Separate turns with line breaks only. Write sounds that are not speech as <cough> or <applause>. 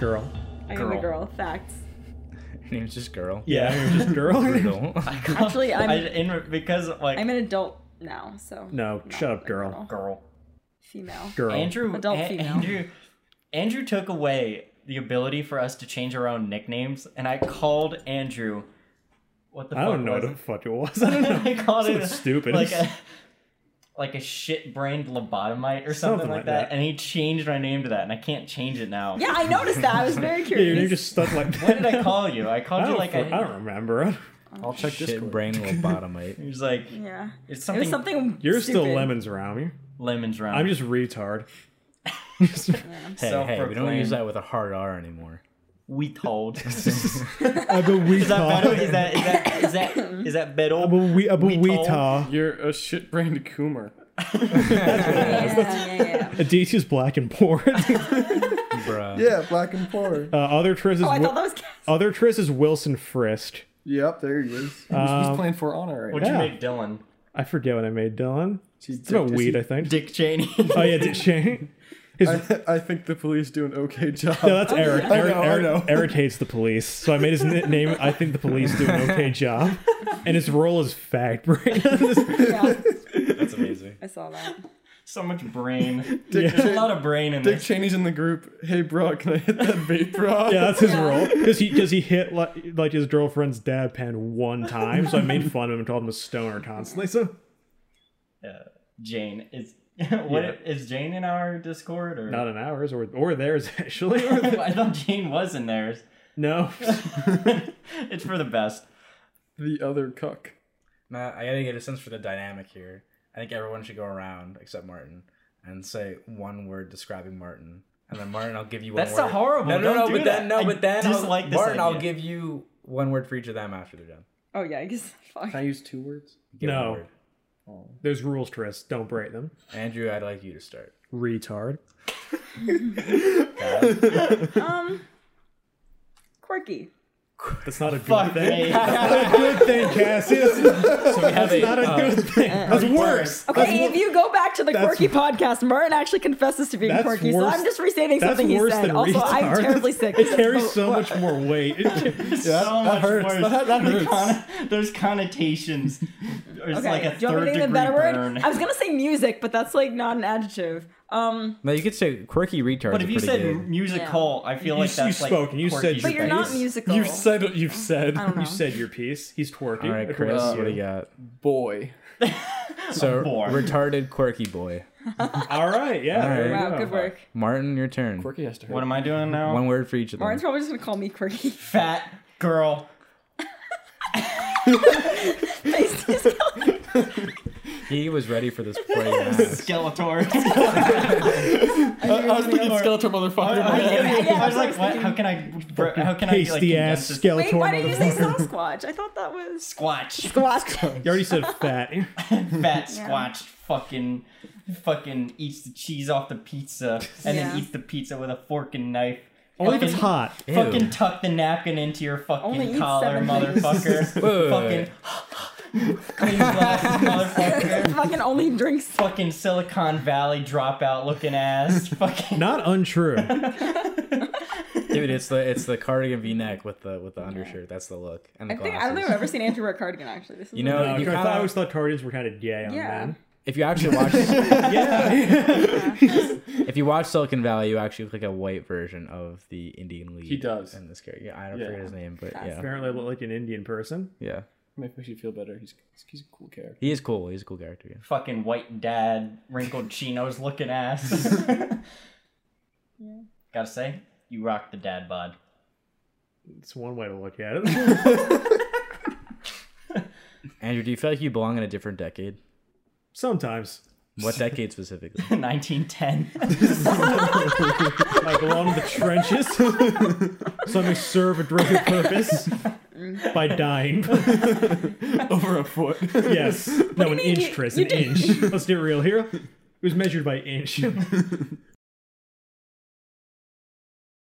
girl.
I am a
Girl.
girl. Facts.
Her name's just girl.
Yeah, I mean,
<laughs>
just <laughs> girl.
Girl.
I
<laughs>
got-
Actually, I'm-
I, in, because like
I'm an adult now, so
no,
not
shut up,
a
girl.
girl.
Female.
Girl.
Andrew,
Adult
A-
female.
Andrew, Andrew took away the ability for us to change our own nicknames, and I called Andrew. What the?
I
fuck
don't know what
was
the
it?
fuck it was. <laughs> I don't know.
<laughs> I called
Something
it
stupid.
like a like a shit-brained lobotomite or something, like that. And he changed my name to that, and I can't change it now.
Yeah, I noticed that. I was
<laughs>
very
Yeah, your
curious.
name just stuck like that.
<laughs> What did I call you? I called
I
you
don't,
like
fu- I
a.
don't remember.
I'll check this.
Shit
<laughs>
brain lobotomite.
He was like,
yeah.
it's
It
something.
was something.
You're still
stupid.
lemons around me.
Lemons round.
I'm just
<laughs>
retard.
Hey, hey, we don't
Self-proclaimed.
use that with a hard
<laughs>
R anymore.
We told.
<laughs>
is
I'm a wee
that better?
<laughs>
Is that is that
<coughs>
is that is that better?
I'm a wee, I'm a
We
wee
told.
tar.
You're a shit brained coomer.
<laughs> Yeah,
<laughs>
yeah, yeah.
Aditya's black and
<laughs>
poor. <laughs> uh,
Bruh.
Yeah, black and poor.
other Tris is
Oh, I
Wil-
thought that was. Cass.
other Tris is Wilson Frist.
Yep, there he is.
He's-
Um,
He's playing for honor right
What'd
now.
Yeah.
you make Dylan?
I forget what I made Dylan.
She's
It's about weed, I think.
Dick Cheney.
oh yeah, Dick Cheney. His, no,
I, I think the police do an okay job.
that's
Oh,
Eric.
yeah. I
Eric,
know, I
Eric,
know.
Eric hates the police, so I made his n- name. I think the police do an okay job, and his role is fact <laughs> brain.
Yeah,
That's amazing.
I saw that.
<laughs> so much brain.
yeah.
There's a lot of brain in
Dick
this.
Cheney's in the group. Hey, bro, can I hit that vape, bro?
Yeah,
<laughs>
that's his
Yeah.
role. Because he because he hit like like his girlfriend's dad pen one time, so I made fun of him and called him a stoner constantly. So
Uh, Jane is. <laughs> what is Jane in our Discord or? <laughs>
not in ours or or theirs <laughs> actually.
I thought Jane was in theirs. <laughs>
no,
it's for the best.
The other cuck.
Nah, I gotta get a sense for the dynamic here. I think everyone should go around except Martin and say one word describing Martin, and then Martin, I'll give you one.
That's
word.
so horrible.
No, no,
Don't
no.
do
but
that.
then, no,
I
but then, I'll-
dislike this
Martin, I'll
idea.
give you one word for each of them after they're done.
Oh yikes! Fuck.
Can I use two words?
Give them a
No.
word.
there's rules, Tris. Don't break them.
Andrew, I'd like you to start.
Retard.
Um, quirky.
That's not a good
<laughs> Fuck
thing. <laughs>
me.
That's a good thing, Cassie. That's
So we have a,
not a
uh,
good thing. That's
<laughs>
worse.
Okay, if you go back to the
that's-
quirky podcast, Martin actually confesses to being
That's
quirky, so
worse-
I'm just restating
That's
something he
worse
said.
than
Also,
retard.
I'm terribly sick.
<laughs>
Oh,
It carries so much more weight. It-
Yeah, so
that
much
hurts.
worse.
That- that
The
hurts.
conno- there's connotations. There's
Okay,
like a
do you want
third
me to name
degree
a better
burn.
word? I was gonna say music, but that's like not an adjective. Um,
no, you could say quirky retard.
But if you said musical, I feel
You-
like
you
that's like
spoke and you said
quirky.
your
but you're not
bass?
musical.
you've said what you've said.
don't know.
You said your piece. He's twerking.
all right,
Of course
Chris,
you.
what do you got?
<laughs> Boy.
So
Four.
retarded, quirky boy.
All right, yeah.
All right.
there you
wow,
go.
good work.
Martin, your turn.
Quirky has to hurt.
<laughs>
What am I doing now?
One word for each of them.
Martin's probably just gonna call me quirky.
Fat girl.
Face discount.
He was ready for this before
<laughs>
you asked.
Skeletor.
I, I was thinking skeletal motherfucker.
I,
but-
Yeah,
was like, what? How can I? br- How can I? Like,
Pasty ass
condense this?
skeleton.
Wait, why did you say Sasquatch? I thought that was
Squatch.
Squatch.
<laughs>
<laughs>
You already said
<laughs>
fat.
fat squatch fucking fucking eats the cheese off the pizza and
Yeah.
then eats the pizza with a fork and knife.
Only if it's
Fucking-
hot.
Ew.
Fucking tuck the napkin into your
Only
fucking
eat
collar,
seven things.
motherfucker.
Wait,
<laughs> fucking
wait,
<laughs> clean glasses, motherfucker.
Fucking only drinks.
fucking Silicon Valley dropout looking ass. fucking
Not
<laughs>
untrue.
Oh,
Uh,
Dude, it's the it's the cardigan V neck with the with the undershirt. That's the look. And the
I think I don't think I've
glasses.
ever seen Andrew wear a cardigan. Actually, this is
You know,
No,
you
I,
kind
thought, I always
of
thought Tardans were kind of gay on
Yeah.
men.
if you
<laughs>
actually watch if
Yeah.
you watch Silicon Valley, you actually look like a white version of the Indian lead.
He does.
in this character. Yeah, I don't
Yeah.
forget his name, but yeah,
Apparently, I look like an Indian person.
yeah,
Makes makes you feel better. He's, he's a cool character.
he is cool. He's a cool character. Yeah.
fucking white dad, wrinkled chinos looking ass. Gotta say, you rock the dad bod. <laughs>
It's one way to look at it. <laughs>
Andrew, do you feel like you belong in a different decade?
Sometimes
<laughs>
What decade specifically?
1910.
I belong in the
<laughs>
trenches, so I may serve a greater purpose
Mm-hmm.
by dying. <laughs>
Over a foot. <laughs>
Yes. No, an
mean
inch,
you-
Tris.
you
an
<laughs> did-
inch. Let's get real here. It was measured by inch.